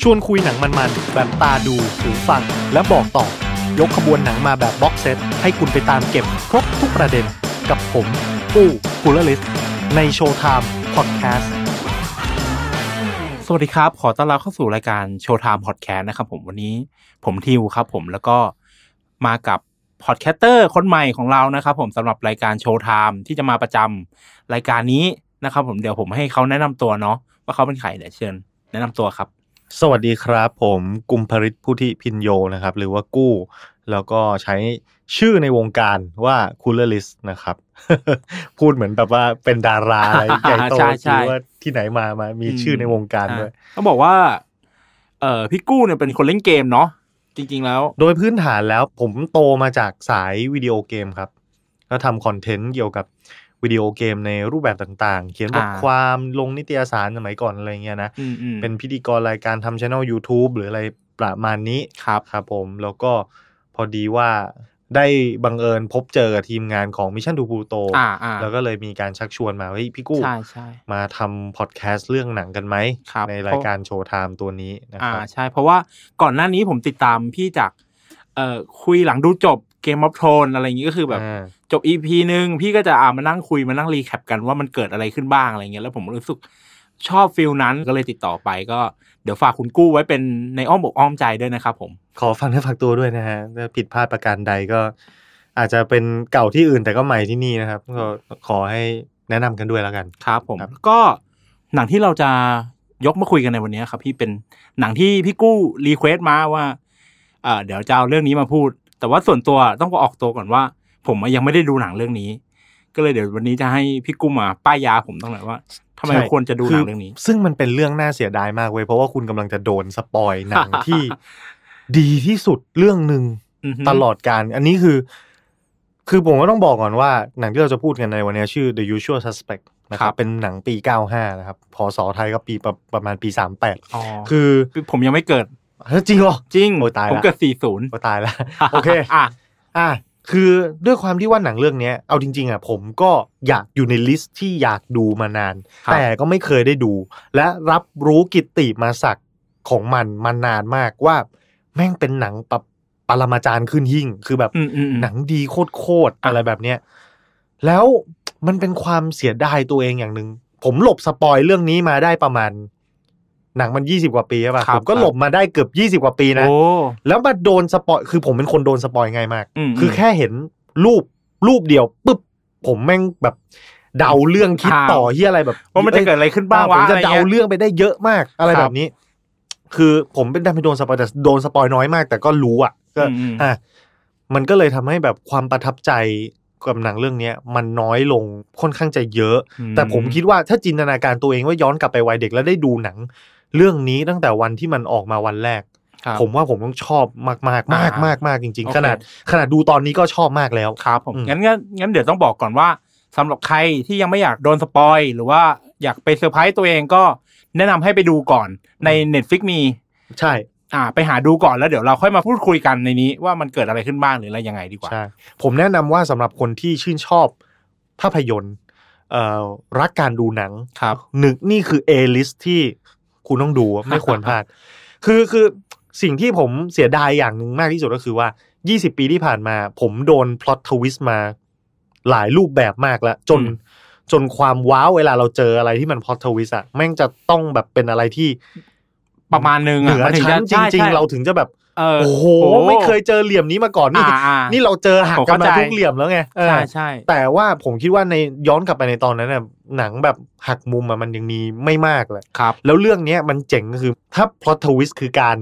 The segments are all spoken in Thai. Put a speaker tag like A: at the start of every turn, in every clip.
A: ชวนคุยหนังมันๆแบบตาดูหูฟัง และบอกต่อ ยกขบวนหนังมาแบบบ็อกเซต ให้คุณไปตามเก็บครบทุกประเด็นกับผมปู้กุลลิสในโชว์ไทม์พอดแคสต์
B: สวัสดีครับ ขอต้อนรับเข้าสู่รายการ Showtime Podcast นะครับผมวันนี้ผมทิวครับผมแล้วก็มากับพอดแคสเตอร์คนใหม่ของเรานะครับผมสำหรับรายการ Showtime ที่จะมาประจำรายการนี้นะครับผมเดี๋ยวผมให้เขาแนะนำตัวเนาะว่าเขาเป็นใครเดี๋ยวเชิญ แนะนำตัวครับ
C: สวัสดีครับ ผมกุมภริตผู้ที่พินโยนะครับ หรือว่ากู้ แล้วก็ใช้ชื่อในวงการว่าคูลเลอร์ลิสนะครับ พูดเหมือนแบบว่าเป็นดารา อะไรใหญ่โต
B: ใช่ใช่
C: หรือว่าที่ไหนมามามีชื่อในวงการด้วย
B: อ่ะต้องบอกว่าเอ่อพี่กู้เนี่ยเป็นคนเล่นเกมเนาะจริง ๆ แล้ว
C: โดยพื้นฐานแล้วผมโตมาจากสายวิดีโอเกมครับ แล้วทำคอนเทนต์เกี่ยวกับวิดีโอเกมในรูปแบบต่างๆ เขียนบท
B: อ่า
C: ความลงนิตยสารสมัยก่อนอะไรเงี้ยนะ
B: อืมอืม
C: เป็นพิธีกรรายการทำช่อง YouTube หรืออะไรประมาณนี้
B: ครับ
C: ครับผมแล้วก็พอดีว่าได้บังเอิญพบเจอกับทีมงานของมิชชั่นทูพูโต
B: อ่าอ่า
C: แล้วก็เลยมีการชักชวนมาเฮ้ยพี่กู้
B: ใช่ใช่
C: มาทำพอดแคสต์เรื่องหนังกันไหม
B: ครับ
C: ในรายการโชว์ไทม์ตัวนี้นะ
B: อ่า
C: ครับ
B: ใช่ เพราะว่าก่อนหน้านี้ผมติดตามพี่จากเอ่อคุยหลังดูจบเกมออฟทรนอะไรอย่างนี้ก็คือแบบ
C: อ่า
B: จบอีพีหนึ่งพี่ก็จะอ่ามานั่งคุยมานั่งรีแคปกันว่ามันเกิดอะไรขึ้นบ้างอะไรเงี้ยแล้วผมรู้สึกชอบฟิลนั้นก็เลยติดต่อไปก็เดี๋ยวฝากคุณกู้ไว้เป็นในอ้อมอกอ้อมใจด้วยนะครับผม
C: ขอฟังเนื้อฝากตัวด้วยนะฮะถ้าผิดพลาดประการใดก็ อาจจะเป็นเก่าที่อื่นแต่ก็ใหม่ที่นี่นะครับก็ขอให้แนะนำกันด้วยแล้วกัน
B: ครับผม
C: ครับ
B: ก็หนังที่เราจะยกมาคุยกันในวันนี้ครับ พี่เป็นหนังที่พี่กู้รีเควสต์มาว่าเอ่อเดี๋ยวจะเอาเรื่องนี้มาพูด แต่ว่าส่วนตัวต้องออกตัวก่อนว่า ผมอะยังไม่ได้ดูหนังเรื่องนี้ ก็เลยเดี๋ยววันนี้จะให้พี่กู้มาป้ายยาผมตั้งหน่อยว่าทำไม
C: ใช่
B: ควรจะดูหนังเรื่องนี้
C: คืซึ่งมันเป็นเรื่องน่าเสียดายมากเว้ยเพราะว่าคุณกำลังจะโดนสปอยหนังที่ ดีที่สุดเรื่องหนึ่ง
B: อือฮึ
C: ตลอดการ อันนี้คือ คือผมก็ต้องบอกก่อนว่า หนังที่เราจะพูดกันในวันนี้ชื่อ The Usual Suspect นะค
B: ครั
C: รับ บ เป็นหนังปี 95 นะครับ พศไทยก็ปีประประมาณปี
B: อ๋อ
C: 38
B: คือ
C: คือ
B: ผมยังไม่เกิด
C: เฮ้ยจริงเหรอ
B: จริง
C: โอ้ยตายละ
B: ผมเกิด 40
C: ก็ตายแล้ว โอเค
B: อ่ะ
C: อ่ะ คือด้วยความที่ว่าหนังเรื่องเนี้ยเอาจริง ๆ อ่ะ ผมก็อยากอยู่ในลิสต์ที่อยากดูมานาน
B: ครับ
C: แต่ก็ไม่เคยได้ดู และรับรู้กิตติมาศักดิ์ของมันมานานมากว่า แม่งเป็นหนังปะปรมาจารย์ขึ้นหิ่งคือแบบ
B: อืมอืมอืม
C: หนังดีโคตรๆอะไรแบบเนี้ยแล้วมันเป็นความเสียดายตัวเองอย่างหนึ่งผมหลบสปอยเรื่องนี้มาได้ประมาณ หนังมันยี่สิบกว่าปีใช่ป่ะ
B: ครับ
C: ผมก็
B: ครับ
C: หลบมาได้เกือบยี่สิบกว่าปีนะ
B: โอ้
C: แล้วมาโดนสปอยคือผมเป็นคนโดนสปอยง่ายมาก
B: อืม
C: คือแค่เห็นรูปรูปเดียวปุ๊บผมแม่งแบบ เดาเรื่องคิด
B: อ่า
C: ต่อที่อะไรแบบ
B: ว่ามันจะเกิดอะไรขึ้นบ้างวะ
C: ผมจะ
B: อไร
C: เดา
B: งี้ย
C: เรื่องไปได้เยอะมากอะไร
B: ครั
C: แบบ บนี้ คือผมเป็นดันไปโดนสปอยแต่โดนสปอยน้อยมาก แต่ก็รู้อ่ะก็
B: อืม
C: อ่ะมันก็เลยทำให้แบบความประทับใจกับหนังเรื่องเนี้ย มันน้อยลงค่อนข้างจะเยอะ
B: อื
C: แต่ผมคิดว่าถ้าจินตนาการตัวเองว่าย้อนกลับไปวัยเด็กแล้วได้ดูหนัง เรื่องนี้ตั้งแต่วันที่มันออกมาวันแรก
B: ครับ
C: ผมว่าผมต้องชอบมากมากๆมากๆมากๆมากๆจริง
B: โอเค
C: ๆ ขนาดขนาดดูตอนนี้ก็ชอบมากแล้ว
B: ครับผม
C: อืม
B: งั้นงั้นงั้นเดี๋ยวต้องบอกก่อนว่าสำหรับใครที่ยังไม่อยากโดนสปอยหรือว่าอยากไปเซอร์ไพรส์ตัวเองก็แนะนำให้ไปดูก่อนใน Netflix มี
C: ใช่
B: อ่า ไปหาดูก่อนแล้วเดี๋ยวเราค่อยมาพูดคุยกันในนี้ว่ามันเกิดอะไรขึ้นบ้างหรืออะไรยังไงดีกว่า
C: ใช่ผมแนะนำว่าสำหรับคนที่ชื่นชอบภาพยนตร์เอ่อรักการดูหนัง
B: ครับ
C: หนึ่งนี่คือ A list ที่คุณต้องดู อะไม่ควรพลาด คือคือสิ่งที่ผมเสียดายอย่างหนึ่งมากที่สุดก็คือว่า 20 ปีที่ผ่านมา ผมโดนพล็อตทวิสต์มาหลายรูปแบบมากแล้ว จน
B: อืม
C: จนความว้าวเวลาเราเจออะไรที่มันพล็อตทวิสต์อะแม่งจะต้องแบบเป็นอะไรที่
B: ประมาณนึง
C: เห
B: อ่ะ
C: นือ
B: มัถึ
C: ชั้นจ
B: ใช่
C: ริง
B: ใช่
C: ๆ เราถึงจะแบบ
B: เออ
C: โอ้โห ไม่เคยเจอเหลี่ยมนี้มาก่อนนี่
B: อ่าอ่า
C: นี่เราเจอหักกัน
B: ผมเข้า
C: มา
B: ใจ
C: ทุกเหลี่ยมแล้วไงเออ
B: ใช่ใช่
C: แต่ว่าผมคิดว่าในย้อนกลับไปในตอนนั้นน่ะหนังแบบหักมุมอะมันยังมีไม่มากเลย
B: ครับ
C: แล้วเรื่องเนี้ยมันเจ๋งก็คือ ถ้าพล็อตทวิสต์คือการ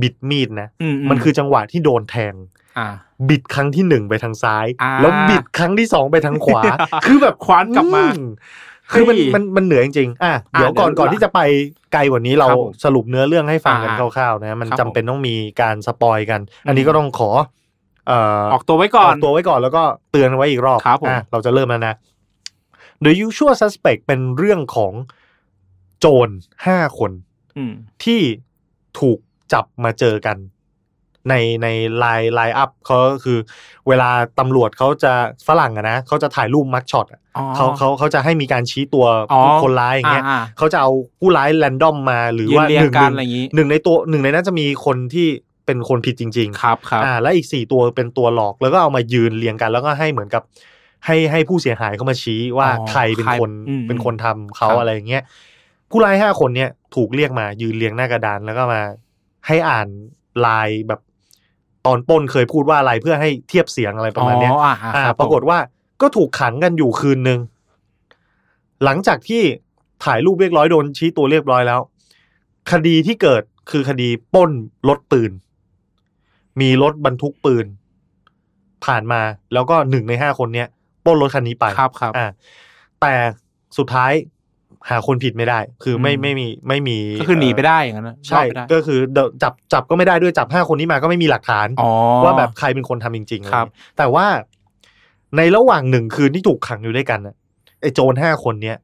C: บิดมีดนะ
B: อื
C: มันคือจังหวะที่โดนแทง
B: อ่า
C: บิดครั้งที่หนึ่งไปทางซ้าย
B: อ่า
C: แล้วบิดครั้งที่สองไปทางข วา คือแบบ
B: ขวานกลับมา
C: อืคือมัน
B: เฮ้ย
C: มันมันเหนือจริงๆอ่ะเดี๋ยวก่อน
B: เดี๋ยว
C: ก่อนที่จะไปไกลกว่านี้เรา
B: ครับผม
C: สรุปเนื้อเรื่องให้ฟังกัน
B: อ่า
C: คร่าวๆนะมัน
B: ครับผม
C: จำเป็นต้องมีการสปอยกัน อันนี้ก็ต้องขอเอ่อ
B: ออกตัวไว้ก่อน
C: กตัวไว้ก่อนแล้วก็เตือนไว้อีกรอบ
B: ครับผม
C: อ่ะเราจะเริ่มแล้วนะ The Usual Suspect เป็นเรื่องของโจรห้าคน
B: อืม
C: ที่ถูกจับมาเจอกัน ในในไลน์ไลน์อัพเขาก็คือ เวลาตำรวจเขาจะฝรั่งอะนะเขาจะถ่ายรูปมัดช็อตอะ
B: อ๋อ
C: เขาเขาเขาจะให้มีการชี้ตัว
B: อ๋อ
C: คนร้ายอย่างเงี้ย
B: อ่า
C: เขาจะเอาผู้ร้ายแรนดอมมาหรือ
B: ยืน
C: ว่า
B: เรีย
C: ห
B: ง
C: นึ่ง
B: กันอะไรอย่างนี้
C: หนึ่งในตัวหนึ่งในนั้นจะมีคนที่เป็นคนผิดจริง ๆ
B: ครับครับ
C: อ่าและอีกสี่ตัวเป็นตัวหลอกแล้วก็เอามายืนเรียงกัน แล้วก็ให้เหมือนกับ ให้ให้ผู้เสียหายเข้ามาชี้ว่า
B: อ๋อ
C: ใครเป็นคน
B: ใรอืม
C: เป็นคนทำเขา
B: ครับ
C: อะไรอย่างเงี้ยผู้ร้ายห้าคนเนี่ยถูกเรียกมายืนเรียงหน้ากระดานแล้วก็มาให้อ่านลายแบบตอนปล้นเคยพูดว่าอะไรเพื่อให้เทียบเสียงอะไรประมาณเนี้ย
B: อ๋ออ่า
C: อ่า
B: คบผม
C: ปรากฏว่าก็ถูกขังกันอยู่คืนหนึ่งหลังจากที่ถ่ายรูปเรียบร้อยโดนชี้ตัวเรียบร้อยแล้ว คดีที่เกิดคือคดีปล้นรถปืน มีรถบรรทุกปืน ผ่านมาแล้วก็หนึ่งในห้าคนเนี้ยปล้นรถคันนี้ไป
B: ครับครับ
C: อ่าแต่สุดท้ายหาคนผิดไม่ได้ คือไม่
B: อืม
C: ไม่มีไม่มี
B: ก็คือหนีไป
C: เ
B: ได้อย่างนั้นนะ
C: ใช่
B: รอดไปได้
C: ก็คือเดี๋ยวจับจับก็ไม่ได้ด้วยจับห้าคนนี้มาก็ไม่มีหลักฐาน
B: อ๋อ
C: ว่าแบบใครเป็นคนทำจริงๆอะไอย่างเงี้ย
B: ครับ
C: แต่ว่าในระหว่างหนึ่งคืนที่ถูกขังอยู่ด้วยกันน่ะไอ้โจรห้าคนเนี้ย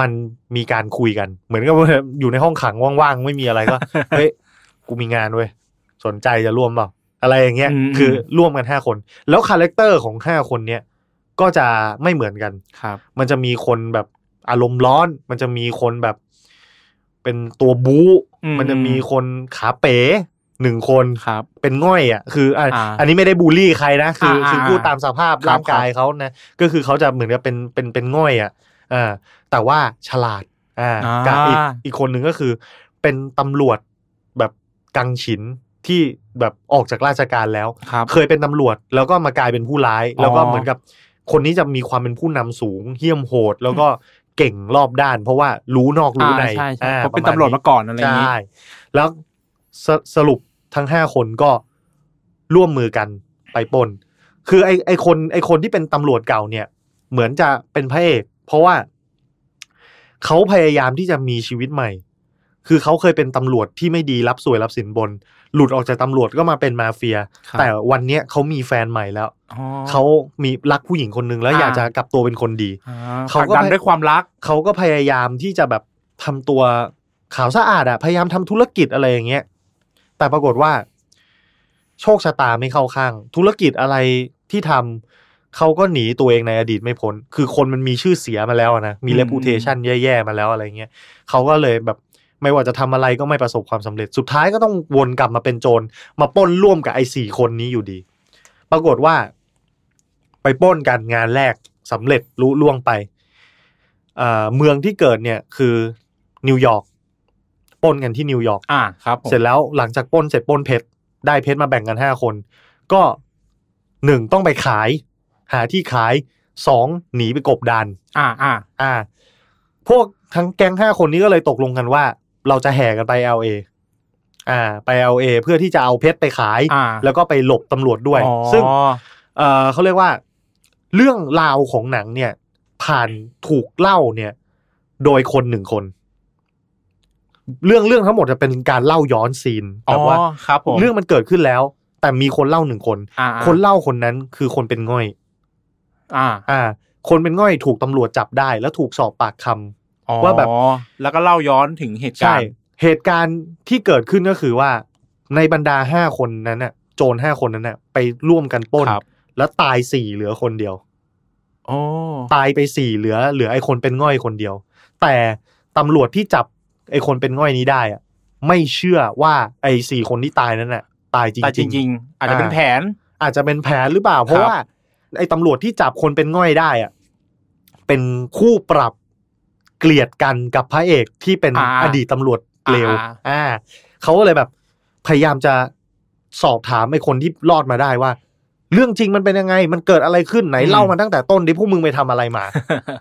C: มันมีการคุยกัน เหมือนกับว่าอยู่ในห้องขังว่างๆ ไม่มีอะไร ก็ เฮ้ยกูมีงานเว้ยสนใจจะร่วมเปล่าอะไรอย่างเงี้ย
B: อืม
C: คือร่วมกันห้าคน แล้วคาแรคเตอร์ของห้าคนเนี้ยก็จะไม่เหมือนกัน
B: ครับ
C: มันจะมีคนแบบอารมณ์ร้อน มันจะมีคนแบบ เป็นตัวบู๊
B: อืม
C: มันจะมีคนขาเป๋หนึ่งคน
B: ครับ
C: เป็นง่อยอ่ะคืออ่ะ
B: อ่า
C: อันนี้ไม่ได้บูลลี่ใครนะคืออา คือพูดตามสภาพ
B: ครับ
C: ร่างกายเขานะก็คือเขาจะเหมือนกับเป็นเป็นเป็นง่อยอ่ะอ่าแต่ว่าฉลาดอ่า
B: อ่า
C: กับอีกอีกคนหนึ่งก็คือ เป็นตำรวจแบบกังฉินที่แบบออกจากราชการแล้ว
B: ครับ
C: เคยเป็นตำรวจแล้วก็มากลายเป็นผู้ร้าย
B: อ๋อ
C: แล้วก็เหมือนกับคนนี้จะมีความเป็นผู้นำสูงเหี้ยมโหด แล้วก็เก่งรอบด้าน เพราะว่ารู้นอกรู้ใน
B: อ่าใช่ใช่
C: อ่
B: เพราะเป็น
C: ระ
B: ตำรวจ
C: นี้
B: มาก่อนอะไรอย่างนี้
C: ใช่ แล้วสสรุปทั้งห้าคนก็ร่วมมือกันไปปล้น คือไอไอคนไอคนที่เป็นตำรวจเก่าเนี่ย เหมือนจะเป็นพระเอก เพราะว่าเขาพยายามที่จะมีชีวิตใหม่ คือเขาเคยเป็นตำรวจที่ไม่ดีรับสวยรับสินบน หลุดออกจากตำรวจก็มาเป็นมาเฟีย
B: ครับ
C: แต่วันเนี้ยเขามีแฟนใหม่แล้ว
B: อ๋อ
C: เขามีรักผู้หญิงคนหนึ่งแล้ว
B: อ่า
C: อยากจะกลับตัวเป็นคนดี
B: อ่
C: เขา
B: ผลัก
C: ก็
B: ดัน
C: พย
B: ด้วยความรัก
C: เขาก็พยายามที่จะแบบทำตัวขาวสะอาดอะพยายามทำธุรกิจอะไรอย่างเงี้ย แต่ปรากฏว่า โชคชะตาไม่เข้าข้าง ธุรกิจอะไรที่ทำเขาก็หนีตัวเองในอดีตไม่พ้น คือคนมันมีชื่อเสียมาแล้วอะนะ มี
B: อืม
C: reputation แย่ๆมาแล้วอะไรเงี้ยเขาก็เลยแบบไม่ว่าจะทำอะไรก็ไม่ประสบความสำเร็จ สุดท้ายก็ต้องวนกลับมาเป็นโจรมาปล้นร่วมกับไอ้สี่คนนี้อยู่ดี ปรากฏว่า ไปปล้นกันงานแรกสำเร็จลุล่วงไปเอ่อเมืองที่เกิดเนี่ยคือนิวยอร์กปล้นกันที่นิวยอร์ก
B: อ่าครับผม
C: เสร็จแล้วหลังจากปล้นเสร็จปล้นเพชรได้เพชรมาแบ่งกันห้าคน ก็หนึ่งต้องไปขาย หาที่ขายสองหนีไปกบดาน
B: อ่าอ่า
C: อ่า พวกทั้งแก๊งห้าคนนี้ก็เลยตกลงกันว่า เราจะแห่กันไป LA อ่า ไป LA เพื่อที่จะเอาเพชรไปขาย
B: อ่า
C: แล้วก็ไปหลบตำรวจด้วย
B: อ๋อ
C: ซึ่ง เอ่อเขาเรียกว่า เรื่องราวของหนังเนี่ย ผ่านถูกเล่าเนี่ย โดยคนหนึ่งคน เรื่องเรื่องทั้งหมดจะเป็นการเล่าย้อนซีน
B: อ๋อ
C: แบบว่า
B: ครับผม
C: เรื่องมันเกิดขึ้นแล้ว แต่มีคนเล่าหนึ่งคน
B: อ่า
C: คนเล่าคนนั้นคือคนเป็นง่อย
B: อ่า
C: อ่า คนเป็นง่อยถูกตำรวจจับได้ แล้วถูกสอบปากคำ
B: อ๋อ
C: ว่าแบบ
B: แล้วก็เล่าย้อนถึงเหตุการณ์
C: เหตุการณ์ที่เกิดขึ้นก็คือว่า ในบรรดาห้าคนนั้นน่ะ โจรห้าคนนั้นน่ะ ไปร่วมกันปล้น
B: ครับ
C: แล้วตายสี่เหลือคนเดียว
B: โอ้
C: ตายไปสี่เหลือเหลือไอ้คนเป็นง่อยคนเดียว แต่ตำรวจที่จับไอ้คนเป็นง่อยนี้ได้อะไม่เชื่อว่าไอ้สี่คนที่ตายนั้นน่ะ ตายจริง
B: แต่จ
C: ๆ
B: ริง ๆ อาจจะเป็น
C: อ่า
B: แผน
C: อาจจะเป็นแผนหรือเปล่า เพราะว่าไอ้ตำรวจที่จับคนเป็นง่อยได้อะเป็นคู่ปรับเกลียดกันกับพระเอกที่เป็น
B: อ่า
C: อดีตตำรวจเลว
B: อ่า
C: อ่าเขาก็เลยแบบ พยายามจะสอบถามไอ้คนที่รอดมาได้ว่า เรื่องจริงมันเป็นยังไง มันเกิดอะไรขึ้นไหนเล่ามาตั้งแต่ต้นดิพวกมึงไปทำอะไรมา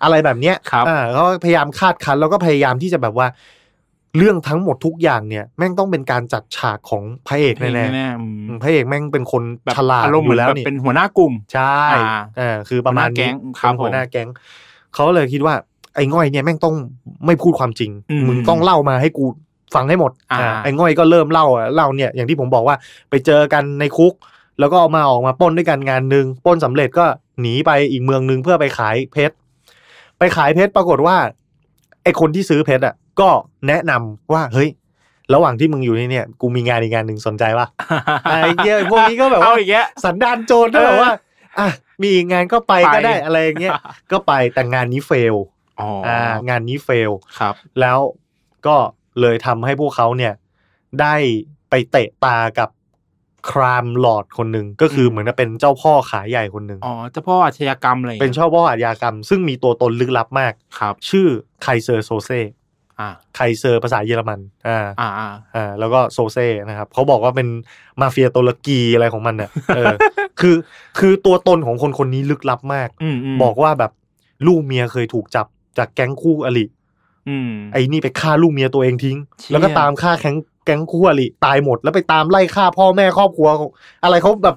C: อะไรแบบเนี้ย
B: ครับ
C: อ่าเขาพยายามคาดคั้นแล้วก็พยายามที่จะแบบว่า เรื่องทั้งหมดทุกอย่างเนี่ย แม่งต้องเป็นการจัดฉากของพระเอกแน่
B: แน่ๆอืม
C: ๆพระเอกแม่งเป็นคน
B: แบบ
C: ฉลาด
B: อารมณ์
C: อ
B: เหมือยู่ น
C: แล้ว
B: แบบ
C: นี่
B: เป็นหัวหน้ากลุ่ม
C: ใช่
B: อ่า
C: เออคือประมาณ
B: หัวหน้าแก๊
C: นี้
B: งครับ
C: เป็นหัวหน้าแก๊งเขาเลยคิดว่า ไอ้ง่อยเนี่ยแม่งต้องไม่พูดความจริง
B: อืม
C: มึงต้องเล่ามาให้กูฟังให้หมด
B: อ่า
C: ไอ้ง่อยก็เริ่มเล่าอ่ะเล่าเนี่ย อย่างที่ผมบอกว่า ไปเจอกันในคุก แล้วก็เอามาออกมาปล้นด้วยกันงานหนึ่งปล้นสำเร็จก็หนีไปอีกเมืองหนึ่งเพื่อไปขายเพชร ไปขายเพชรปรากฏว่าไอคนที่ซื้อเพชรอ่ะ ก็แนะนำว่าเฮ้ย ระหว่างที่มึงอยู่นี่เนี่ย กูมีงานอีกงานหนึ่งสนใจปะ ไอ้เงี้ยพวกนี้ก็แบบว่า
B: เออีกแล้ว
C: สันดานโจรก็แบบว่าอ่ะมีอีกงานก็ไป
B: ไป
C: ก็ได้อะไรอย่างเงี้ยก็ไปแต่งานนี้เฟล
B: อ๋อ
C: อ่างานนี้เฟล
B: ครับ
C: แล้วก็เลยทำให้พวกเขาเนี่ย ได้ไปเตะตากับครามหลอดคนหนึ่งก็คือ
B: อืม
C: เหมือนกับเป็นเจ้าพ่อขายใหญ่คนหนึ่ง
B: อ๋อเจ้าพ่ออาชญากรรมอะไรอย่าง
C: เป็น
B: งี้ย
C: เจ้าพ่ออาชญากรรม ซึ่งมีตัวตนลึกลับมาก
B: ครับ
C: ชื่อไคเซอร์โซเซ่
B: อ่า
C: ไคเซอร์ภาษาเยอรมันอ่า
B: อ่าอ่า
C: อ่าแล้วก็โซเซ่นะครับเขาบอกว่าเป็นมาเฟียตุรกีอะไรของมันเนี่ยเอ อ คือคือตัวตนของคนคนนี้ลึกลับมาก
B: อืมม
C: บอกว่าแบบลูกเมียเคยถูกจับจากแก๊งคู่อริ
B: อืม
C: ไอ้นี่ไปฆ่าลูกเมียตัวเองทิ้ง
B: เชี่ย
C: แล้วก็ตามฆ่าแก๊งแก๊งคู่อริตายหมด แล้วไปตามไล่ฆ่าพ่อแม่ครอบครัวของอะไรเขาแบบ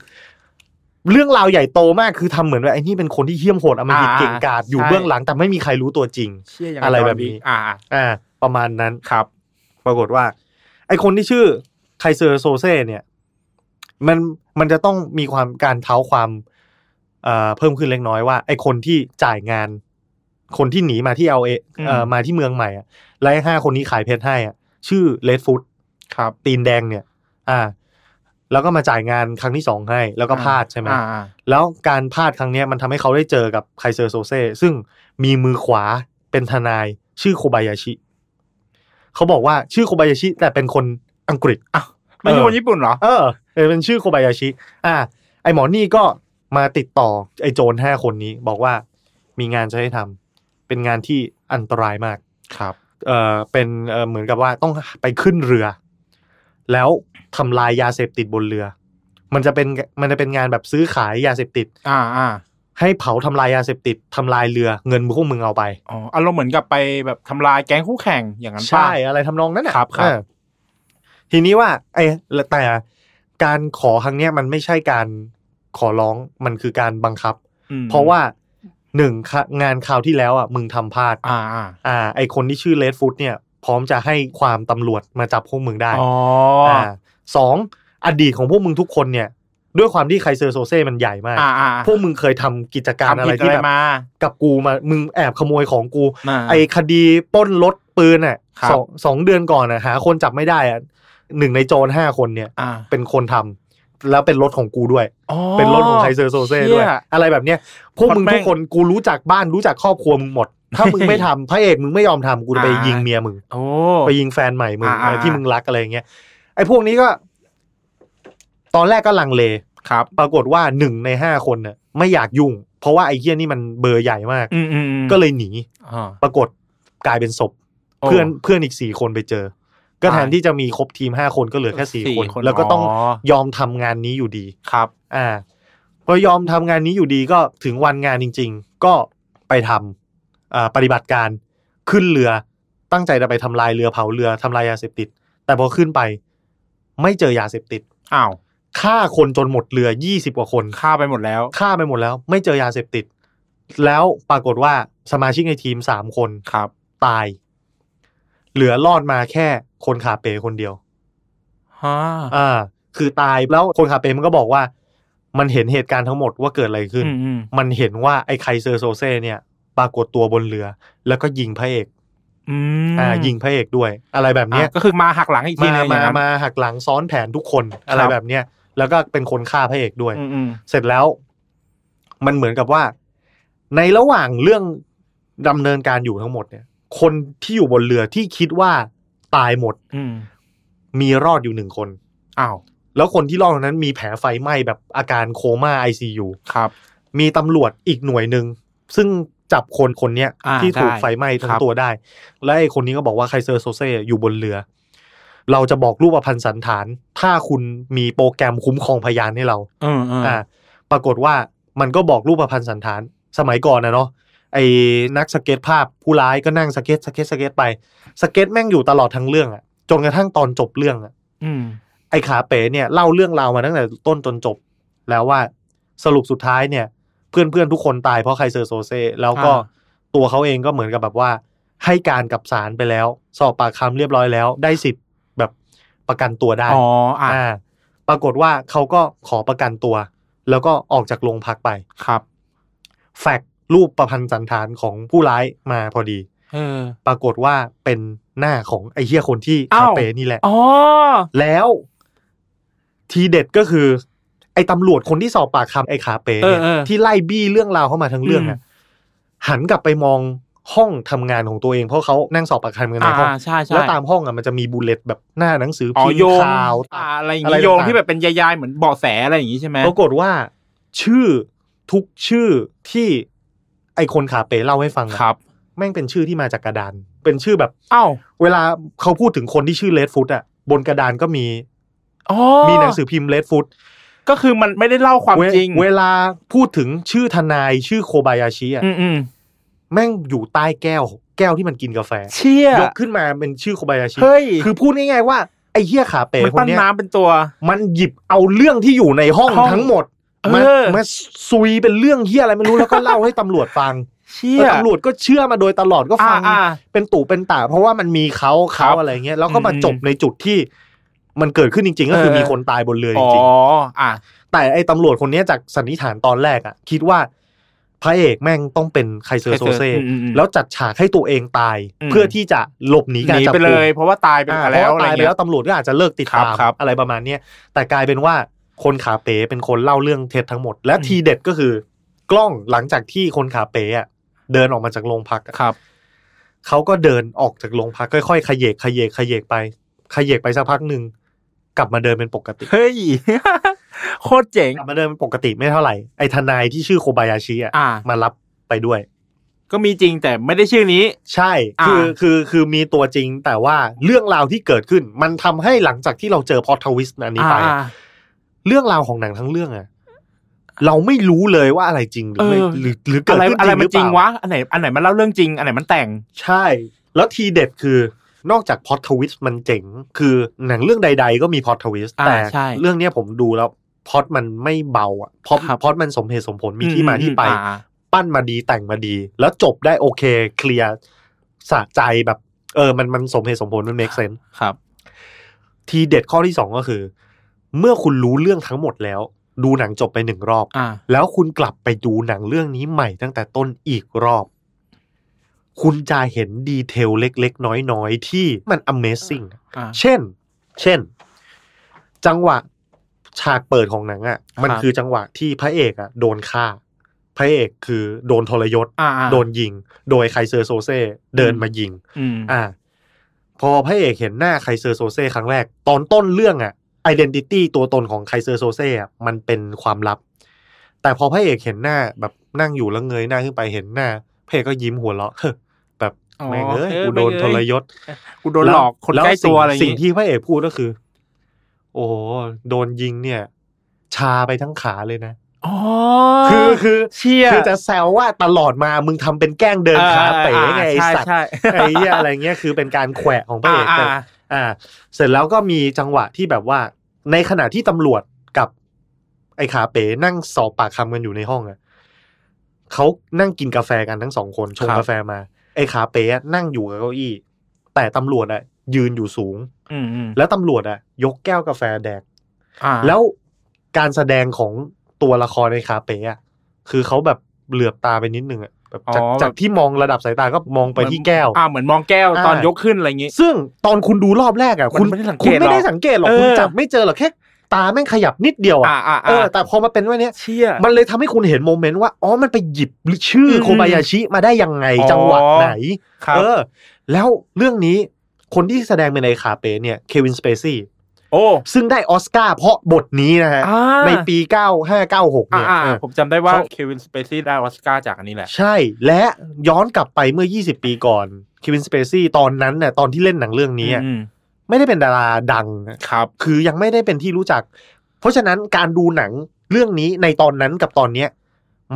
C: เรื่องราวใหญ่โตมากคือทำเหมือนว่าไอ้นี่เป็นคนที่เหี้ยมโหดอำมหิตเก่งกาจอยู่เบื้องหลังแต่ไม่มีใครรู้ตัวจริง
B: เชี่ยยัง
C: อะไร
B: ต
C: แบบนี้
B: อ่าอ่า
C: อ่า ประมาณนั้น
B: ครับ
C: ปรากฏว่า ไอ้คนที่ชื่อไคเซอร์โซเซ่เนี่ย มันมันจะต้องมีความการเท้าความเอ่อเพิ่มขึ้นเล็กน้อยว่า ไอ้คนที่จ่ายงาน คนที่หนีมาที่เอเอ
B: อืม
C: อมาที่เมืองใหม่อะและไอ้ห้าคนนี้ขายเพชรให้อะชื่อเลดฟุต
B: ครับ
C: ตีนแดงเนี่ย อ่า แล้วก็มาจ่ายงานครั้งที่สองให้ แล้วก็พลาดใช่ไหม
B: อ่าอ่า
C: แล้วการพลาดครั้งเนี้ยมันทำให้เขาได้เจอกับไคเซอร์โซเซ่ซึ่งมีมือขวาเป็นทนาย ชื่อโคบายาชิเขาบอกว่าชื่อโคบายาชิ แต่เป็นคนอังกฤษ
B: ไม่ใช่
C: เออ
B: คนญี่ปุ่นเหรอ
C: เออเป็นชื่อโคบายาชิ อ่า ไอหมอนี่ก็มาติดต่อไอโจรห้าคนนี้ บอกว่ามีงานจะให้ทำเป็นงานที่อันตรายมาก
B: ครับ
C: เออเป็นเออเหมือนกับว่าต้องไปขึ้นเรือ แล้วทำลายยาเสพติดบนเรือ มันจะเป็นมันจะเป็นงานแบบซื้อขายยาเสพติด
B: อ่าอ่า
C: ให้เผาทำลายยาเสพติดทำลายเรือเงินพวกมึงเอาไป
B: อ๋ออารมณ์เหมือนกับไปแบบทำลายแก๊งคู่แข่งอย่างนั้นปะ
C: ใช่อะไรทำนองนั้นนะครับ
B: ครับ
C: ทีนี้ว่าไอ้แต่การขอครั้งเนี้ยมันไม่ใช่การขอร้องมันคือการบังคับ
B: อืม
C: เพราะว่าหนึ่งค่ะงานคราวที่แล้วอ่ะมึงทำพลาด
B: อ่าอ่า
C: อ่า ไอคนที่ชื่อเลดฟุตเนี่ย พร้อมจะให้ความตำรวจมาจับพวกมึงได้
B: อ๋อ
C: อ่าสองอดีตของพวกมึงทุกคนเนี่ย ด้วยความที่ไคเซอร์โซเซ่มันใหญ่มาก
B: อ่าอ่า
C: พวกมึงเคยทำกิจการอะ
B: ทำ
C: ไร
B: ผิดอะ
C: ที่
B: ไร
C: แบบ
B: มา
C: กับกูมามึงแอบขโมยของกู
B: า
C: ไอคดีปล้นรถปืนอ่ะ
B: ครับ
C: สองสองเดือนก่อนอ่ะหาคนจับไม่ได้อ่ะหนึ่งในโจรห้าคนเนี่ย
B: อ่า
C: เป็นคนทำแล้วเป็นรถของกูด้วย
B: อ๋อ
C: เป็นรถของไคเซอร์โซเซ่ด้วย
B: ชี่
C: อะไรแบบเนี้ยพวกมึง
B: พอดแม่ง
C: ทุกคนกูรู้จักบ้านรู้จักครอบครัวมึงหมด ถ้ามึงไม่ทำพระเอกมึงไม่ยอมทำกูจะไป
B: อ่ายิ
C: ยิงเมียมึง
B: โอ้
C: ไปยิงแฟนใหม่มึง
B: อ่า
C: เออที่
B: อ่า
C: มึงรักอะไรอย่างเงี้ยไอ้พวกนี้ก็ ตอนแรกก็ลังเล
B: ครับ
C: ปรากฏว่าหนึ่งในห้าคนน่ะไม่อยากยุ่ง เพราะว่าไอ้เหี้ยนี่มันเบอร์ใหญ่มาก
B: อืมอืมอืม
C: ก็เลยหนี
B: อ่า
C: ปรากฏกลายเป็นศพ
B: โอ้
C: เพื่อนเพื่อนอีกสี่คนไปเจอ ก็แทน
B: ตาย
C: ที่จะมีครบทีมห้าคนก็เหลือแค่สี่คน แล้วก็ต้องยอมทำงานนี้อยู่ดี
B: ครับ
C: อ่าพอยอมทำงานนี้อยู่ดีก็ถึงวันงานจริง ๆ ก็ไปทำอ่าปฏิบัติการขึ้นเรือตั้งใจจะไปทำลายเรือเผาเรือทำลายยาเสพติด แต่พอขึ้นไปไม่เจอยาเสพติด
B: อ้าว
C: ฆ่าคนจนหมดเรือยี่สิบกว่าคน
B: ฆ่าไปหมดแล้ว
C: ฆ่าไปหมดแล้ว ไม่เจอยาเสพติด แล้วปรากฏว่าสมาชิกในทีมสามคน
B: ครับ
C: ตาย เหลือรอดมาแค่คนขาเป๋คนเดียว
B: ฮะ
C: อ่า คือตายแล้วคนขาเป๋มันก็บอกว่า มันเห็นเหตุการณ์ทั้งหมดว่าเกิดอะไรขึ้น
B: อืมอืม
C: มันเห็นว่าไอ้ไคเซอร์โซเซ่เนี่ย ปรากฏตัวบนเรือ แล้วก็ยิงพระเอก
B: อืม
C: อ่า ยิงพระเอกด้วย อะไรแบบเนี้ย
B: อ่ะก็คือมาหักหลังอีกที
C: มา
B: หนึ
C: มา
B: งอย่างนั้น
C: มาหักหลังซ้อนแผนทุกคน อะไร
B: ครับ
C: แบบเนี้ยแล้วก็เป็นคนฆ่าพระเอกด้วย
B: อืมอืม
C: เสร็จแล้ว มันเหมือนกับว่า ในระหว่างเรื่องดำเนินการอยู่ทั้งหมดเนี่ย คนที่อยู่บนเรือที่คิดว่าตายหมด
B: อืม
C: มีรอดอยู่หนึ่งคน
B: อ้าว
C: แล้วคนที่รอดนั้นมีแผลไฟไหม้แบบอาการโคม่าไอซียู
B: ครับ
C: มีตำรวจอีกหน่วยหนึ่งซึ่งจับคนคนเนี้ย
B: อ่า
C: ที่ถูก
B: ได้
C: ไฟไหม้ทั้
B: ค
C: ง
B: รับ
C: ตัวได้ และไอคนนี้ก็บอกว่าไคเซอร์โซเซ่อยู่บนเรือ เราจะบอกรูปพันธ์สันฐาน ถ้าคุณมีโปรแกรมคุ้มครองพยานให้เรา
B: เออเออ
C: อ่าปรากฏว่ามันก็บอกรูปพันธ์สันฐานสมัยก่อนนะเนาะไอ้นักสเก็ตภาพผู้ร้ายก็นั่งสเก็ตสเก็ตสเก็ตไป สเก็ตแม่งอยู่ตลอดทั้งเรื่องอะจนกระทั่งตอนจบเรื่องอะ
B: อืม
C: ไอ้ขาเป๋เนี่ยเล่าเรื่องราวมาตั้งแต่ต้นจนจบ แล้วว่าสรุปสุดท้ายเนี่ย เพื่อนเพื่อนๆทุกคนตายเพราะไคเซอร์โซเซแล้วก็ตัวเขาเองก็เหมือนกับแบบว่า ให้การกับศาลไปแล้ว สอบปากคำเรียบร้อยแล้ว ได้สิทธิ์แบบประกันตัวได้
B: อ๋ออ่ะ
C: อ่า ปรากฏว่าเขาก็ขอประกันตัว แล้วก็ออกจากโรงพักไป
B: ครับ
C: แฟกรูปประพันธ์สันฐานของผู้ร้ายมาพอดี
B: เออ
C: ปรากฏว่าเป็นหน้าของไอ้เฮียคนที่
B: อ้า
C: คาว เฟ่นี่แหละ
B: อ๋อ
C: แล้วทีเด็ดก็คือ ไอ้ตำรวจคนที่สอบปากคำไอ้คาเป้เนี่ย
B: เออเออ
C: ที่ไล่บี้เรื่องราวเข้ามาทั้งเรื่องน่ะหันกลับไปมองห้องทำงานของตัวเองเพราะเขานั่งสอบปากคำกันในห้อง
B: อ่าใช่ใช่
C: แล้วตามห้องอ่ะมันจะมีบุลเลตแบบหน้าหนังสือ
B: อ๋อ
C: พิม
B: โย
C: พ์
B: ง
C: ข่าว
B: อ่า
C: ต่าง
B: อะไรอย่าง
C: อะไร
B: งี้
C: ต่าง
B: โยงที่แบบเป็นยายๆเหมือนเบาะแสอะไรอย่างงี้ใช่ไหม
C: ปรากฏว่า ชื่อทุกชื่อที่ไอคนขาเป๋เล่าให้ฟังอะ
B: ครับ
C: แม่งเป็นชื่อที่มาจากกระดาน เป็นชื่อแบบ
B: เอ้า
C: เวลาเขาพูดถึงคนที่ชื่อเลดฟุตอ่ะบนกระดานก็มี
B: อ๋อ
C: มีหนังสือพิมพ์เลดฟุต
B: ก็คือมันไม่ได้เล่าความจริง
C: เวลาพูดถึงชื่อทนายชื่อโคบายาชิอ่ะ
B: อืมอืม
C: แม่งอยู่ใต้แก้ว แก้วที่มันกินกาแฟ
B: เชี่ย
C: ยกขึ้นมาเป็นชื่อโคบายาชิ
B: เฮ้ย
C: คือพูดง่ายๆว่าไอ้เหี้ยขาเป๋
B: มัน
C: คน
B: ปั้น
C: เนี้ย
B: น้ำเป็นตัว
C: มันหยิบเอาเรื่องที่อยู่ในห้อง
B: ห้อง
C: ทั้งหมดมา
B: เออ
C: มาซุยเป็นเรื่องเหี้ยอะไรไม่รู้แล้วก็ เล่าให้ตำรวจฟัง
B: เชี่ย
C: ตำรวจก็เชื่อมาโดยตลอดก็
B: อ่า
C: ฟัง
B: อ่า
C: เป็นตู่เป็นตาเพราะว่ามันมีเขา
B: ครั
C: เขา
B: บ
C: อะไรเงี้ยแล้วก็มา
B: อืม
C: จบในจุดที่มันเกิดขึ้นจริง ๆ ก็คือ
B: เออ
C: มีคนตายบนเรือจ
B: อ๋อ
C: ริง
B: อ่ะ
C: ๆแต่ไอ้ตำรวจคนเนี้ยจากสันนิษฐานตอนแรกอ่ะ คิดว่าพระเอกแม่งต้องเป็นไคเซอร์โซเซ
B: อืมอืม
C: แล้วจัดฉากให้ตัวเองตาย
B: อืม
C: เพื่อที่จะหลบหนี
B: ห
C: การ
B: นี
C: จับ
B: ไปเล
C: กุม
B: ย เพราะว่าตายไป
C: อ่าเพ
B: แล้ว
C: ราะ
B: อะ
C: ว่า
B: ไร
C: ตายไป
B: เงี้
C: แล้
B: ย
C: วตำรวจก็อาจจะเลิกติด
B: ครับ
C: ตาม
B: ครับ
C: อะไรประมาณเนี้ยแต่กลายเป็นว่าคนขาเป๋เป็นคนเล่าเรื่องเท็จทั้งหมด และ
B: อืม
C: ทีเด็ดก็คือ กล้องหลังจากที่คนขาเป๋อะเดินออกมาจากโรงพักอะ
B: ครับ
C: เขาก็เดินออกจากโรงพักค่อยๆขยเยกขยเยกขยเยกไปขยเยกไปสักพักหนึ่งกลับมาเดินเป็นปกติ
B: เฮ้ย โคตรเจ๋ง
C: กลับมาเดินเป็นปกติไม่เท่าไหร่ไอ้ทนายที่ชื่อโคบายาชิอ่ะ
B: อ่า
C: มารับไปด้วย
B: ก็มีจริงแต่ไม่ได้ชื่อนี้
C: ใช่คือ
B: อ่า
C: คือคือมีตัวจริงแต่ว่าเรื่องราวที่เกิดขึ้น มันทำให้หลังจากที่เราเจอพอทวิสต์อันนี้ไป
B: อ่า
C: อะเรื่องราวของหนังทั้งเรื่องอะเราไม่รู้เลยว่าอะไรจริงหรือไม่
B: เออ
C: หรือหรือเกิ
B: อะ
C: ด
B: ไร
C: ขึ้น
B: อะ
C: จ
B: ไร
C: ริงห
B: มั
C: รื
B: น
C: อ
B: จ
C: เป
B: ริง
C: ล่า
B: วะ อันไหน อันไหนมันเล่าเรื่องจริง อันไหนมันแต่ง
C: ใช่ แล้วทีเด็ดคือนอกจากพล็อตทวิสต์มันเจ๋ง คือหนังเรื่องใด ๆ ก็มีพล็อตทวิสต์
B: อ่า
C: แต่
B: ใช่
C: เรื่องเนี้ยผมดูแล้วพล็อตมันไม่เบาอ่ะพล็อต
B: ครับ
C: พล็อตมันสมเหตุสมผลมีที่มาที่ไป
B: อืมอืมอ่า
C: ปั้นมาดีแต่งมาดี แล้วจบได้โอเคเคลียร์สะใจแบบ เออมันมันสมเหตุสมผลมัน make sense
B: ครับ
C: ทีเด็ดข้อที่สองก็คือ เมื่อคุณรู้เรื่องทั้งหมดแล้ว ดูหนังจบไปหนึ่งรอบ
B: อ่า
C: แล้วคุณกลับไปดูหนังเรื่องนี้ใหม่ตั้งแต่ต้นอีกรอบ คุณจะเห็นดีเทลเล็ก ๆ น้อย ๆ ที่มัน Amazing อะ
B: อ่า
C: เช่น เช่น จังหวะฉากเปิดของหนังอะ่ะ มัน
B: ครับ
C: คือจังหวะที่พระเอกอะ่ะ โดนฆ่า พระเอกคือโดนทรยศ
B: อ่าอ่า
C: โดนยิง โดยไคเซอร์โซเซ่เดิน
B: อืม
C: มายิง
B: อืม
C: อ่า พอพระเอกเห็นหน้าไคเซอร์โซเซ่ครั้งแรก ตอนต้นเรื่องอะไอดีนิตี้ตัวตนของไคเซอร์โซเซ่อะมันเป็นความลับ แต่พอพระเอกเห็นหน้าแบบนั่งอยู่แล้วเงยหน้าขึ้นไปเห็นหน้าพระเอกก็ยิ้มหัวเราะ แบบแม่งเอ้ยกูโดนทรยศ
B: กูโดนหลอกคนใกล้ตัวอะไรอ
C: แล้
B: ย่าว ง
C: สิ่งสิ่ง
B: งี้
C: ที่พระเอกพูดก็คือ โอ้โหโดนยิงเนี่ย ชาไปทั้งขาเลยนะ
B: อ๋อ
C: คือคือ
B: เชี่ย
C: คือจะแซวว่าตลอดมามึงทำเป็นแกล้งเดินขาเป๋ไงไอ้
B: ใช่
C: สัตว์
B: ใช่
C: ไอ้เหี้ยอะไรเงี้ยคือเป็นการแขวะของพระ
B: อ่า
C: เอก
B: อ่า
C: แต่อ่า เสร็จแล้วก็มีจังหวะที่แบบว่า ในขณะที่ตำรวจกับ ไอ้ขาเป๋นั่งสอบปากคำกันอยู่ในห้องอะเขานั่งกินกาแฟกันทั้งสองคนชงกาแฟมา ไอ้ขาเป๋อะนั่งอยู่กับเก้าอี้ แต่ตำรวจอะยืนอยู่สูง
B: อืมอืม
C: แล้วตำรวจอะยกแก้วกาแฟแดก
B: อ่า
C: แล้วการแสดงของตัวละครในคาเป๋อะคือเขาแบบเหลือบตาไปนิดนึงอะแบบจากจากที่มองระดับสายตาก็มองไปที่แก้ว
B: อ่าเหมือนมองแก้วตอน
C: อ่าย ย
B: กขึ้นอะไรอย่างงี้
C: ซึ่งตอนคุณดูรอบแรกอ่ะ
B: มัน
C: คุณ
B: ไม่ได้สังเก
C: คุ
B: ต
C: ณ
B: หรอก
C: ไม่ได้สังเกตหรอก
B: เออ
C: คุณจับไม่เจอหรอกแค่ตาแม่งขยับนิดเดียวอ่ะ
B: อ่าอ่า
C: เออ
B: อ่า
C: แต่พอมาเป็นว่าเนี้ย
B: เชี่ย
C: มันเลยทำให้คุณเห็นโมเมนต์ว่าอ๋อมันไปหยิบชื่ออ
B: ม
C: โคบายาชิมาได้ยังไง
B: อ๋อ
C: จังหวะไหน
B: ครับ
C: เออ แล้วเรื่องนี้คนที่แสดงเป็นไอคาเปเนี่ยเควินสเปซี่
B: โอ้
C: ซึ่งได้ออสการ์เพราะบทนี้นะฮะ
B: อ่า
C: ในปี 9596
B: อ่า
C: เนี่ย
B: อ่า
C: เออ
B: ผมจำได้ว่า
C: เขา
B: เควินสเปซี่ได้ออสการ์จากอันนี้แหละ
C: ใช่ และย้อนกลับไปเมื่อ 20 ปีก่อนเควินสเปซี่ตอนนั้นน่ะตอนที่เล่นหนังเรื่องนี้อะ
B: อืม
C: ไม่ได้เป็นดาราดังนะ
B: ครับ
C: คือยังไม่ได้เป็นที่รู้จัก เพราะฉะนั้นการดูหนังเรื่องนี้ในตอนนั้นกับตอนเนี้ย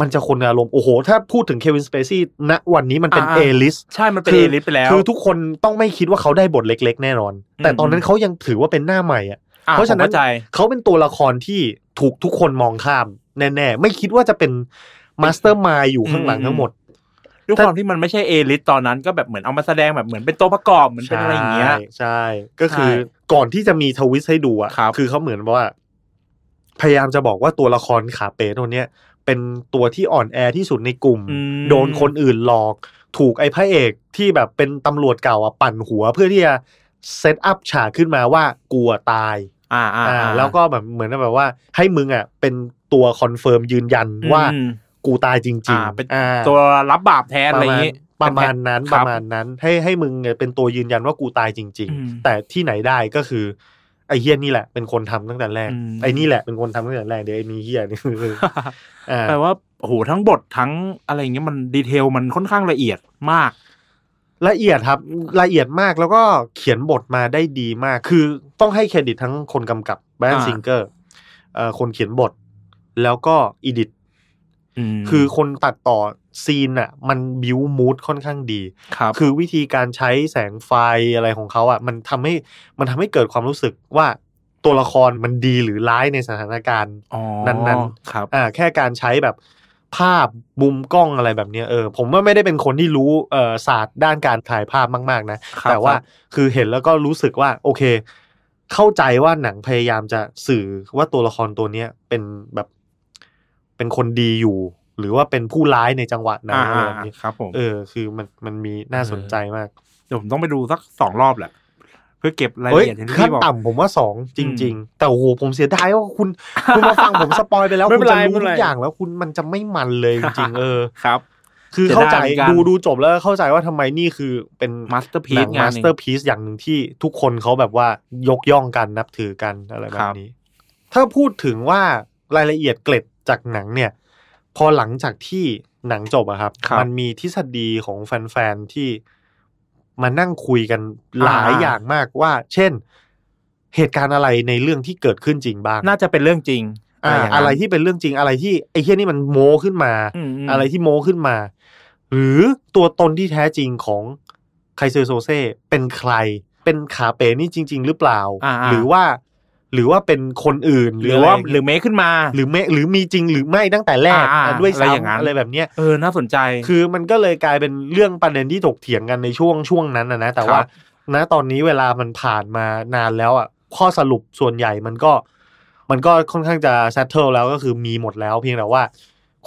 C: มันจะคนละอารมณ์โอ้โห ถ้าพูดถึงเควินสเปซี่ณวันนี้มันเป็น
B: อ่า
C: เอ
B: อ่า
C: ลิส
B: ใช่มันเป็น
C: คื
B: เอ
C: อ
B: ลิสไปแล้ว
C: คือทุกคนต้องไม่คิดว่าเขาได้บทเล็ก ๆ แน่นอน แต่
B: อืม
C: ตอนนั้นเขายังถือว่าเป็นหน้าใหม่อ่ะ
B: อ่
C: เพราะฉะนั้น
B: ผมข้ใจ
C: เขาเป็นตัวละครที่ถูกทุกคนมองข้าม แน่ๆ ไม่คิดว่าจะเป็นมาสเตอร์มายอยู่ข้างหลัง
B: อืม
C: ทั้งหมด
B: ด้วยความที่มันไม่ใช่เอลิสตอนนั้นก็แบบเหมือนเอามาแสดงแบบเหมือนเป็นตัวประกอบเหมือนเป็นอะไรอย่างเงี้ย
C: ใช่ใช่ ก็คือ
B: ใช่
C: ก่อนที่จะมีทวิสให้ดูอ่ะ
B: ครับ
C: อเขาเหมือนว่า พยายามจะบอกว่าตัวละครขาเป๋ตัวเนี้ยเป็นตัวที่อ่อนแอที่สุดในกลุ่ม
B: อืม
C: โดนคนอื่นหลอก ถูกไอ้พระเอกที่แบบเป็นตำรวจเก่าอ่ะปั่นหัวเพื่อที่จะเซตอัพฉากขึ้นมาว่ากลัวตาย
B: อ่าอ่า
C: อ่า
B: อ่า
C: แล้วก็แบบเหมือนแบบว่าให้มึงอ่ะเป็นตัวคอนเฟิร์มยืนยัน
B: อืม
C: ว่ากูตายจริง
B: อ่า
C: ๆ
B: เป็น
C: อ่า
B: ตัวรับบาปแทนอะไรอย่างงี้
C: ประมาณนั้น
B: เป็น
C: ประ
B: แพะ
C: มาณนั้นให้ให้มึงเนี่ยเป็นตัวยืนยันว่ากูตายจริง
B: อืม
C: ๆ แต่ที่ไหนได้ก็คือไอ้เฮียนี่แหละเป็นคนทำตั้งแต่แรก
B: อืม
C: ไอ้นี่แหละเป็นคนทำตั้งแต่แรกเดี๋ยวไอ้นี้เฮีย นี่ อ่า
B: แปลว่าโอ้โหทั้งบททั้งอะไรอย่างเงี้ยมันดีเทลมันค่อนข้างละเอียดมาก
C: ละเอียดครับละเอียดมากแล้วก็เขียนบทมาได้ดีมาก คือต้องให้เครดิตทั้งคนกำกับแบรน
B: อ่า
C: ซิงเกอร์คนเขียนบท แล้วก็อีดิท
B: ม
C: คือคนตัดต่อซีนอ่ะ มันบิวมูดค่อนข้างดี
B: ครับ
C: คือวิธีการใช้แสงไฟอะไรของเขาอ่ะ มันทำให้มันทำให้เกิดความรู้สึกว่าตัวละครมันดีหรือร้ายในสถานการณ์ นั้น
B: ๆครับ
C: อ่าแค่การใช้แบบภาพมุมกล้องอะไรแบบเนี้ยเออผมว่าไม่ได้เป็นคนที่รู้เอ่อศาสตร์ด้านการถ่ายภาพมาก ๆ นะ
B: ครับ
C: แต่ว่า
B: ครับ
C: คือเห็นแล้วก็รู้สึกว่า โอเค เข้าใจว่าหนังพยายามจะสื่อว่าตัวละครตัวเนี้ยเป็นแบบเป็นคนดีอยู่ หรือว่าเป็นผู้ร้ายในจังหวะนั้น
B: อ่า
C: อะไรแบบนี้
B: ๆครับผม
C: เออ คือมันมันมีน่าสนใจมาก
B: เดี๋ยวผมต้องไปดูสักสองรอบแหละ เพื่อเก็บราย
C: เฮ้ย
B: ละเอียดอย่างที่
C: ขั้น
B: พี่บอก
C: ต่ำผมว่าสองจริง ๆ แต่โอ้โหผมเสียดายว่าคุณ คุณมาฟังผมสปอยไปแล้ว
B: ไม่
C: คุณ
B: เป็นไร
C: จะรู้
B: ไม่เป็น
C: ทุก
B: ไร
C: อย่างแล้วคุณมันจะไม่มันเลยจริงๆเออ
B: ครับ
C: คือเข้าใจ
B: เสียดายเหมือนกัน
C: ดูดูจบแล้วเข้าใจว่าทำไมนี่คือเป็น
B: มาสเตอร์พี
C: หนั
B: ซงาม
C: งาน ส
B: หนึ่ง
C: เตอร์พีซอย่างหนึ่งที่ทุกคนเขาแบบว่ายกย่องกันนับถือกันอะไรแบ
B: ครับ บ
C: นี้ ถ้าพูดถึงว่ารายละเอียดเกล็ดจากหนังเนี่ย พอหลังจากที่หนังจบอะครับ
B: ครับ
C: มันมีทฤษฎีของแฟนๆที่มานั่งคุยกันหลาย
B: อ่า
C: อย่างมากว่า เช่น เหตุการณ์อะไรในเรื่องที่เกิดขึ้นจริงบ้าง
B: น่าจะเป็นเรื่องจริง
C: อ่า
B: ย่างนั้น
C: อะไรที่เป็นเรื่องจริงอะไรที่ไอ้เฮี้ยนี่มันโมขึ้นมา
B: มๆ
C: อะไรที่โม้ขึ้นมา หรือตัวตนที่แท้จริงของไคเซอร์โซเซ่เป็นใคร เป็นขาเป๋นี่จริง ๆ หรือเปล่า
B: าๆ
C: หรือว่า หรือว่าเป็นคนอื่น
B: หรือว่า
C: ะไห
B: รือเมคขึ้นมา
C: หรือไม่หรือมีจริงหรือไม่ตั้งแต่แรก
B: อ่าๆ
C: อ่ะด้วย
B: อะไรอย่างนั้
C: ซ้ำ
B: น
C: อะไรแบบเนี้ย
B: เออน่าสนใจ
C: คือมันก็เลยกลายเป็นเรื่องประเด็นที่ถกเถียงกันในช่วงช่วงนั้นนะนะแต่
B: ครับ
C: ว่าณตอนนี้เวลามันผ่านมานานแล้วอ่ะข้อสรุปส่วนใหญ่มันก็ มันก็ค่อนข้างจะเซตเทิลแล้วก็คือมีหมดแล้ว เพียงแต่ว่า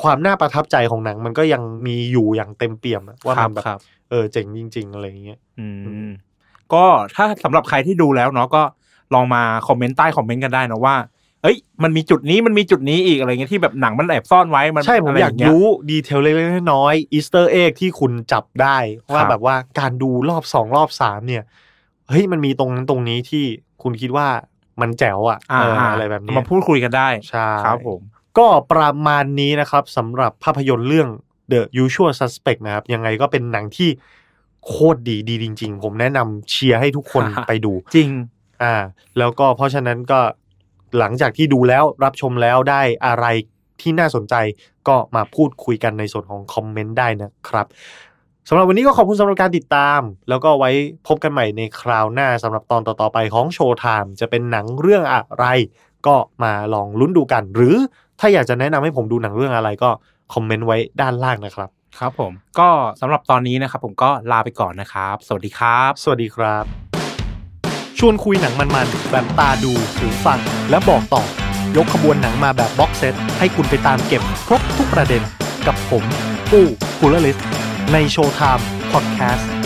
C: ความน่าประทับใจของหนังมันก็ยังมีอยู่อย่างเต็มเปี่ยมอะว่า
B: ครั
C: มั
B: บ
C: นแบบ
B: ครับ
C: เออเจ๋งจริง ๆ อะไรอย่างเงี้ย
B: อืมก็ถ้าสำหรับใครที่ดูแล้วเนาะก็ลองมาคอมเมนต์ใต้คอมเมนต์กันได้นะว่า เอ้ย มันมีจุดนี้มันมีจุดนี้อีกอะไรเงี้ยที่แบบหนังมันแอบซ่อนไว้มัน
C: ใช่ผม
B: ะ
C: อยาก
B: งเงี้
C: รู้ดีเทลเล็กๆน้อยๆอีสเตอร์เอ็กที่คุณจับได้ ว่า
B: ครับ
C: แบบว่าการดูรอบสองรอบสามเนี่ย เฮ้ยมันมีตรงนั้นตรงนี้ที่คุณคิดว่ามันแจ๋วอะ
B: า
C: เอออะไรแบบ
B: เอา
C: เนี้ย
B: มาพูดคุยกันได้
C: ใช่
B: ครับผม
C: ก็ประมาณนี้นะครับสำหรับภาพยนตร์เรื่อง The Usual Suspect นะครับ ยังไงก็เป็นหนังที่โคตรดีดีจริง ๆ ผมแนะนำเชียร์ให้ทุก คนไปดู
B: จริง
C: อ่าแล้วก็เพราะฉะนั้นก็หลังจากที่ดูแล้วรับชมแล้วได้อะไรที่น่าสนใจก็มาพูดคุยกันในส่วนของคอมเมนต์ได้นะครับสำหรับวันนี้ก็ขอบคุณสำหรับการติดตาม แล้วก็ไว้พบกันใหม่ในคราวหน้าสำหรับตอนต่อ ๆ ไปของโชว์ไทม์จะเป็นหนังเรื่องอะไร ก็มาลองลุ้นดูกัน หรือถ้าอยากจะแนะนำให้ผมดูหนังเรื่องอะไรก็คอมเมนต์ไว้ด้านล่างนะครับ
B: ครับผม ก็สำหรับตอนนี้นะครับผมก็ลาไปก่อนนะครับ สวัสดีครับ
C: สวัสดีครับ
A: ชวนคุยหนังมันๆแบบตาดูหูฟัง และบอกต่อยกขบวนหนังมาแบบบ็อกเซตให้คุณไปตามเก็บครบทุกประเด็น กับผม อู้คูลเลอร์ลิสในโชว์ไทม์พอดแคสต์